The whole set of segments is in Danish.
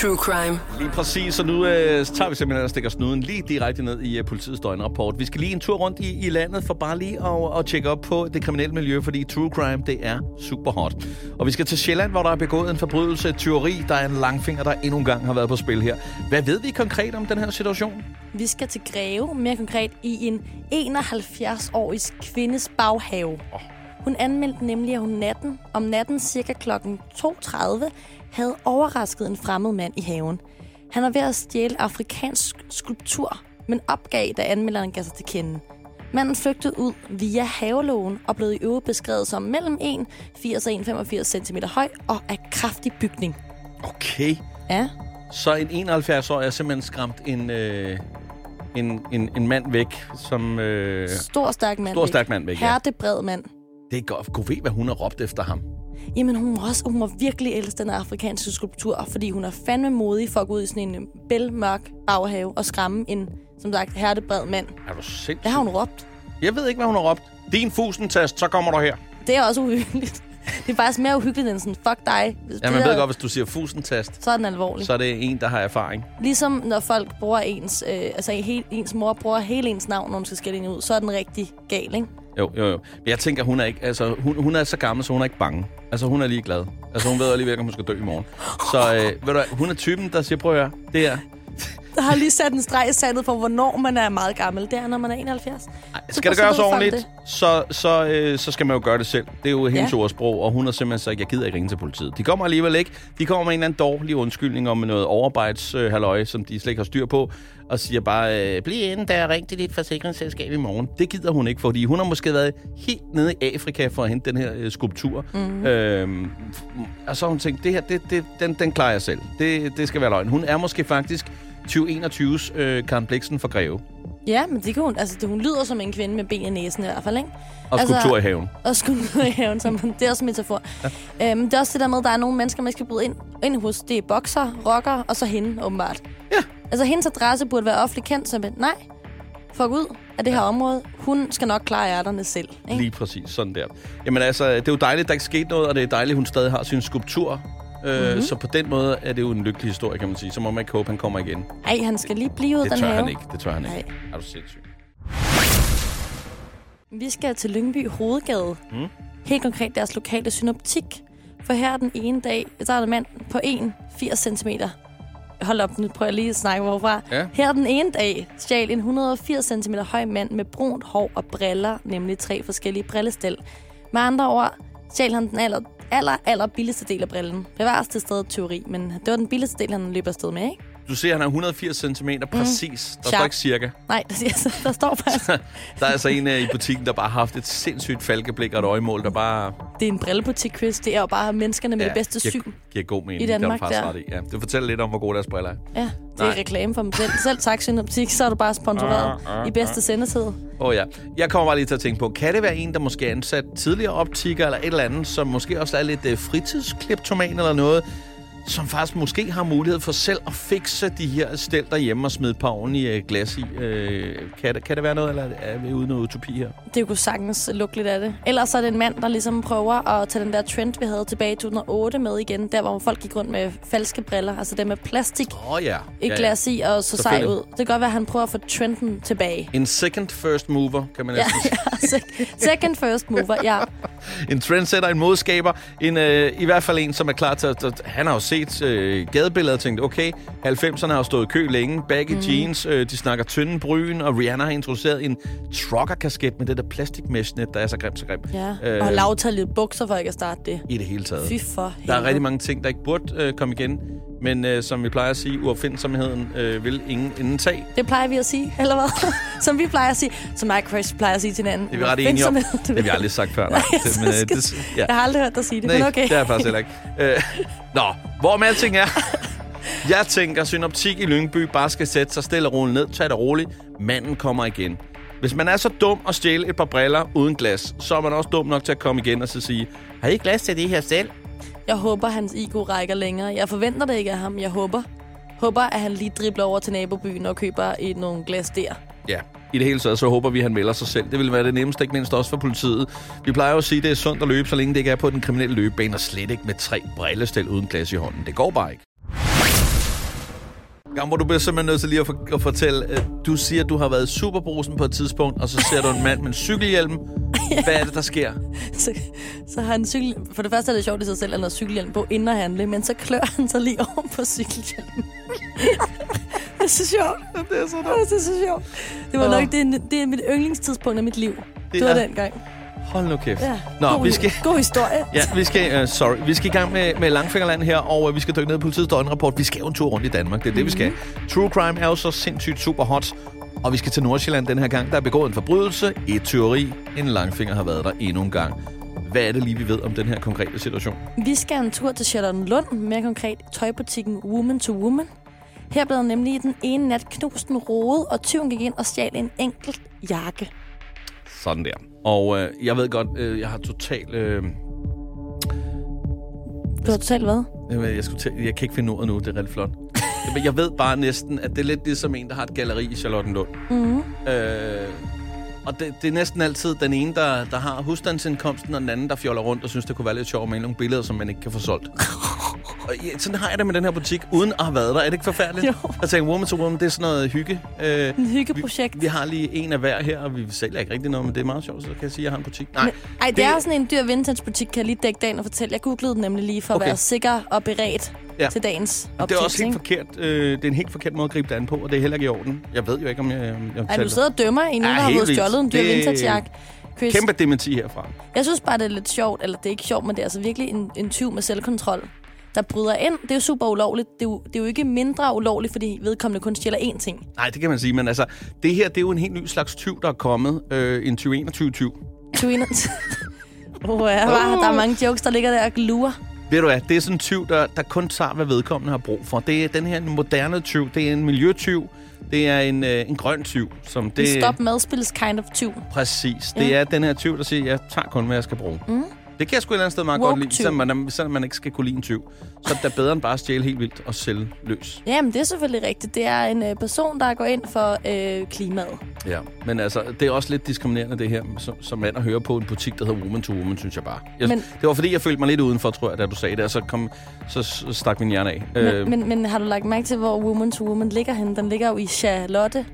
true crime. Lige præcis, så nu øh, tager vi simpelthen og stikker snuden lige direkte ned i øh, politiets døgnrapport. Vi skal lige en tur rundt i, i landet for bare lige at, at tjekke op på det kriminelle miljø, fordi true crime, det er super hot. Og vi skal til Sjælland, hvor der er begået en forbrydelse, et tyveri, der er en langfinger, der endnu en gang har været på spil her. Hvad ved vi konkret om den her situation? Vi skal til Greve, mere konkret i en 71-årig kvindes baghave. Hun anmeldte nemlig, at hun natten, om natten cirka kl. 2.30 havde overrasket en fremmed mand i haven. Han var ved at stjæle afrikansk skulptur, men opgav, da anmelderen gav sig til kende. Manden flygtede ud via havelågen og blev i øvrigt beskrevet som mellem 1,80 og 1,85 cm høj og af kraftig bygning. Okay, Ja, så en 71-årig er simpelthen skræmt en, øh, en, en, en mand væk, som... Øh, stor stærk mand. Stor, væk. stærk mand væk, ja. Hertebred mand. det er godt. Kunne ved, hvad hun har råbt efter ham. Jamen, hun var, også, hun var virkelig elske den her afrikanske skulptur, fordi hun er fandme modig for at gå ud i sådan en øh, bælmørk baghave og skræmme en, som sagt, hertebred mand. Er du sindssyg? Hvad har hun råbt? Jeg ved ikke, hvad hun har råbt. Din fusentast, så kommer du her. Det er også uhyggeligt. Det er faktisk mere uhyggeligt end sådan, fuck dig. Hvis Ja, det man der- ved godt, hvis du siger fusentast, Så er den alvorlig. så er det en, der har erfaring. Ligesom når folk bruger ens, øh, altså helt, ens mor bruger hele ens navn, når hun skal skælde en ud, så er den rigtig gal, ikke? Jo, jo, jo. Men jeg tænker, hun er ikke, altså, hun, hun er så gammel, så hun er ikke bange. Altså, hun er lige glad. Altså, hun ved alligevel, om hun skal dø i morgen. Så øh, ved du, hvad, hun er typen, der siger, prøv at høre, det her. Jeg har lige sat en streg i sandet for, hvornår man er meget gammel. Det er, når man er 71. Ej, Så skal det bare gøres sidder du for ordentligt, så, så, øh, så skal man jo gøre det selv. Det er jo hendes Ja. ja. ordsprog, og hun har simpelthen sagt, jeg gider ikke ringe til politiet. De kommer alligevel ikke. De kommer med en eller anden dårlig undskyldning om noget overarbejdshalløj, øh, som de slet ikke har styr på, og siger bare, øh, bliv inde der, ring til dit forsikringsselskab i morgen. Det gider hun ikke, fordi hun har måske været helt nede i Afrika for at hente den her øh, skulptur. Mhm. Mm. Øhm, f- og så har hun tænkt, det her, det, det, den, den klarer jeg selv. Det, det skal være løgn. Hun er måske faktisk 2021's øh, Karen Bliksen for Greve, Ja, men det kan hun, altså, det, hun lyder som en kvinde med ben i næsen i hvert fald, ikke? og altså, Altså- skulptur i haven. og skulle ned i haven. Som, det er også en metafor. Ja. Øhm, det er også det der med, at der er nogle mennesker, man ikke skal bryde ind, ind hos. Det er bokser, rocker og så hende, åbenbart. Ja. Altså, hendes adresse burde være offentligt kendt, så men nej, fuck ud af det her område. Hun skal nok klare ærterne selv. Ikke? Lige præcis, sådan der. Jamen altså, det er jo dejligt, at der ikke skete noget, og det er dejligt, at hun stadig har sin skulptur. Øh, Mhm. mm-hmm. Så på den måde er det jo en lykkelig historie, kan man sige. Så må man ikke håbe, han kommer igen. Det Ej, han skal lige blive ud af den tør have. han ikke, det tør han ikke. Nej. Er du sindssyg? Vi skal til Lyngby Hovedgade. Mm. Helt konkret deres lokale synoptik. For her den ene dag, der er der en mand på 1,80 cm. Hold op, nu prøver jeg lige at snakke hvorfra. Ja. Her den ene dag stjal en 180 cm høj mand med brunt hår og briller, nemlig tre forskellige brillestel. Med andre ord stjal han den aller, aller, aller billigste del af brillen. Det var til stedet teori, men det var den billigste del, han løb afsted med, ikke? Du ser, han er 180 cm Mhm. præcis. Der Sharp. står ikke cirka. Nej, der, siger, der står faktisk, Der er altså en øh, i butikken, der bare har haft et sindssygt falkeblik og et øjemål, der bare det er en brillebutik, Chris. Det er jo bare menneskerne med ja, det bedste giver, syn. giver god mening. i Det har du Danmark, faktisk der. ret i. Ja, det fortæller lidt om, hvor gode deres briller er. Ja, det er Nej. reklame for mig selv. Selv tak, Synoptik, så er du bare sponsoreret Ah, i bedste sendetid. Åh oh, ja. Jeg kommer bare lige til at tænke på, kan det være en, der måske er ansat tidligere optikker eller et eller andet, som måske også er lidt øh, fritidskleptoman eller noget, som faktisk måske har mulighed for selv at fikse de her stel derhjemme og smide par ordentlige øh, glas i. Øh, kan, det, kan det være noget, eller er vi ude i noget utopi her? Det kunne sagtens lugte lidt af det. Ellers er det en mand, der ligesom prøver at tage den der trend, vi havde tilbage i 2008 med igen, der hvor folk gik rundt med falske briller, altså dem med plastik, Åh oh, ja. et ja, glas i og så sej Selvfølgelig. ud. Det kan godt være, at han prøver at få trenden tilbage. En second first mover, kan man Ja, næsten sige. ja, sec- second first mover, ja. En trendsetter, en modskaber, en, øh, i hvert fald en, som er klar til at... at han har jo set øh, gadebilleder og tænkt, okay, 90'erne har stået i kø længe, baggy mm. Mhm. jeans, øh, de snakker tynde bryn, og Rihanna har introduceret en trucker-kasket med det der plastikmeshnet, der er så grimt, så grimt. ja. Og lavtallede bukser for ikke at starte det. I det hele taget. Fy for Øh. Der er helvede. rigtig mange ting, der ikke burde øh, komme igen, men øh, som vi plejer at sige, uopfindsomheden øh, vil ingen inden tag. Det plejer vi at sige, eller hvad? Som vi plejer at sige. Som mig og Chris plejer at sige til hinanden. Det er vi ret enige om. Opfindsomhed, Det har vi aldrig sagt før. Nej, jeg Det- synes, øh, det- Jeg har aldrig hørt dig sige det, men Nej, okay. det er jeg faktisk heller ikke. Øh, nå, hvor med alting er. Jeg tænker, synoptik i Lyngby bare skal sætte sig stille og roligt ned. Tag det roligt. Manden kommer igen. Hvis man er så dum at stjæle et par briller uden glas, så er man også dum nok til at komme igen og så sige, har I glas til det her selv? Jeg håber, hans IQ rækker længere. Jeg forventer det ikke af ham. Jeg håber. Håber, at han lige dribler over til nabobyen og køber et, nogle glas der. Ja. I det hele taget, så håber vi, at han melder sig selv. Det vil være det nemmeste, ikke mindst også for politiet. Vi plejer jo at sige, at det er sundt at løbe, så længe det ikke er på den kriminelle løbebane, og slet ikke med tre brillestel uden glas i hånden. Det går bare ikke. Gambo, du bliver simpelthen nødt til lige at, for, at fortælle. øh, Du siger, at du har været i superbrusen på et tidspunkt, og så ser du en mand med en cykelhjelm. Hvad er det, der sker? Så, så har han cykel... For det første er det sjovt i sig selv, at han har cykelhjelm på inden at handle, men så klør han sig lige oven på cykelhjelmen. det er så sjovt. Det er så, det er så sjovt. Det var Åh. nok det, er- det er mit yndlingstidspunkt af mit liv. Det, er- var dengang. Hold nu kæft. Ja. Nå, god, vi skal... God historie. Ja, vi skal, uh, sorry, vi skal i gang med, med Langfingerland her, og uh, vi skal dykke ned i politiets døgnrapport. Vi skal jo en tur rundt i Danmark, det er det, vi skal. True crime er jo så sindssygt super hot, og vi skal til Nordsjælland den her gang. Der er begået en forbrydelse, et teori, en langfinger har været der endnu en gang. Hvad er det lige, vi ved om den her konkrete situation? Vi skal en tur til Charlottenlund, mere konkret tøjbutikken Woman to Woman. Her blev nemlig den ene nat knust en rode, og tyven gik ind og stjal en enkelt jakke. Sådan der. Og øh, jeg ved godt, øh, jeg har totalt... Øh, Du har totalt hvad? øh, jeg, skulle til, jeg kan ikke finde ordet nu, det er rigtig flot. Men jeg ved bare næsten, at det er lidt ligesom en, der har et galleri i Charlottenlund. Mm-hmm. Øh, og det, det er næsten altid den ene, der, der har husstandsindkomsten, og den anden, der fjoller rundt og synes, det kunne være lidt sjovt at male nogle billeder, som man ikke kan få solgt. Og ja, sådan har jeg det med den her butik, uden at have været der. Er det ikke forfærdeligt? Jo. Jeg tænker, woman to woman, det er sådan noget hygge. Øh, En hyggeprojekt. vi, vi har lige en af hver her, og vi sælger ikke rigtig noget, men det er meget sjovt, så kan jeg sige, at jeg har en butik. Nej, Men, ej, det, det er sådan en dyr vintagebutik, kan jeg lige dække dagen og fortælle. Jeg googlede den nemlig lige for okay. Okay. at være sikker og beredt Ja. ja. til dagens Og det er også helt ikke? forkert. Øh, det er en helt forkert måde at gribe det an på, og det er heller ikke i orden. Jeg ved jo ikke, om jeg... jeg Ej, fortæller- du sidder og dømmer en, nu, Ja, der har helt fået vildt. stjålet en dyr Det- vintagejakke. Chris, Kæmpe dementi herfra. Jeg synes bare, det er lidt sjovt, eller det er ikke sjovt, men det er altså virkelig en, en tyv med selvkontrol, der bryder ind. Det er jo super ulovligt. Det er jo, det er jo ikke mindre ulovligt, fordi vedkommende kun stjæler én ting. Nej, det kan man sige, men altså, det her, det er jo en helt ny slags tyv, der er kommet. Øh, en 2021-tyv. Du er en... oh, ja, var, der er mange jokes, der ligger der og lurer. Ved du hvad, det er sådan en tyv, der, der kun tager, hvad vedkommende har brug for. Det er den her moderne tyv, det er en miljøtyv, det er en, øh, en grøn tyv. Som Det... det, Stop madspils kind of tyv. Præcis. Det Ja. er den her tyv, der siger, jeg tager kun, hvad jeg skal bruge. Mm. Det kan jeg sgu et eller andet sted meget Woke godt lide, tyv. selvom man, selvom man ikke skal kunne lide en tyv. Så er det da bedre end bare at stjæle helt vildt og sælge løs. Jamen, det er selvfølgelig rigtigt. Det er en øh, person, der går ind for øh, klimaet. Ja. Men altså, det er også lidt diskriminerende, det her, som, som mand at høre på en butik, der hedder Woman to Woman, synes jeg bare. Jeg, Men- det var fordi, jeg følte mig lidt udenfor, tror jeg, da du sagde det, og så, kom, så s- stak min hjerne af. Men, Øh, men, men har du lagt mærke til, hvor Woman to Woman ligger henne? Den ligger jo i Charlotte.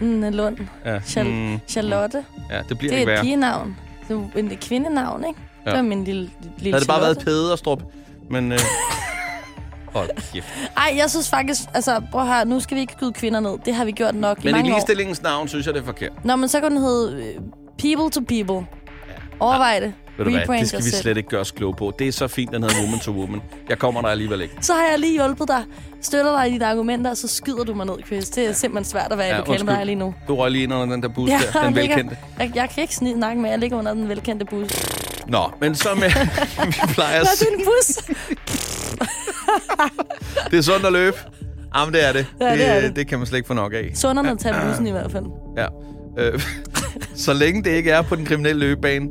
Mm, Lund. ja. Chal- Mm, Charlotte. ja, det bliver ikke Det er et værre. pigenavn. Det er jo en kvindenavn, ikke? Ja. Ja. Det var min lille, lille Havde det bare været Charlotte. Pederstrup, men... Øh... Hold kæft. Ej, jeg synes faktisk, altså prøv her, nu skal vi ikke skyde kvinder ned. Det har vi gjort nok i Men i mange ligestillingens navn, synes jeg, det er forkert. år. Nå, men så kan den hedde øh, People to People. Overvej det. Ah, Ved du hvad, Rebrand det skal dig vi selv. slet ikke gøre os kloge på. Det er så fint, den hedder Woman to Woman. Jeg kommer der alligevel ikke. Så har jeg lige hjulpet dig, støtter dig i dine argumenter, og så skyder du mig ned, Chris. Det er simpelthen svært at være ja, i lokale med dig lige nu. Du røg lige ind under den der bus Jeg der, den ligger- velkendte. Jeg, jeg kan ikke snide nakken med, jeg ligger under den velkendte bus. Nå, men så med, vi plejer at Nå, det sige, er en bus. det er sundt at løbe. Jamen, det er det. Ja, det er det. det kan man slet ikke få nok af. Sunderne tager bussen i hvert fald. Ja. Øh, så længe det ikke er på den kriminelle løbebane,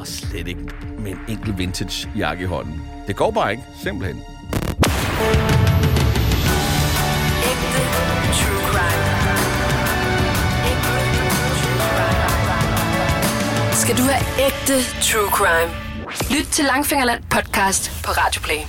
og slet ikke med en enkelt vintage jakke i hånden. Det går bare ikke, simpelthen. Ægte true crime. Ægte true crime. Skal du have ægte true crime? Lyt til Langfingerland podcast på Radio Play.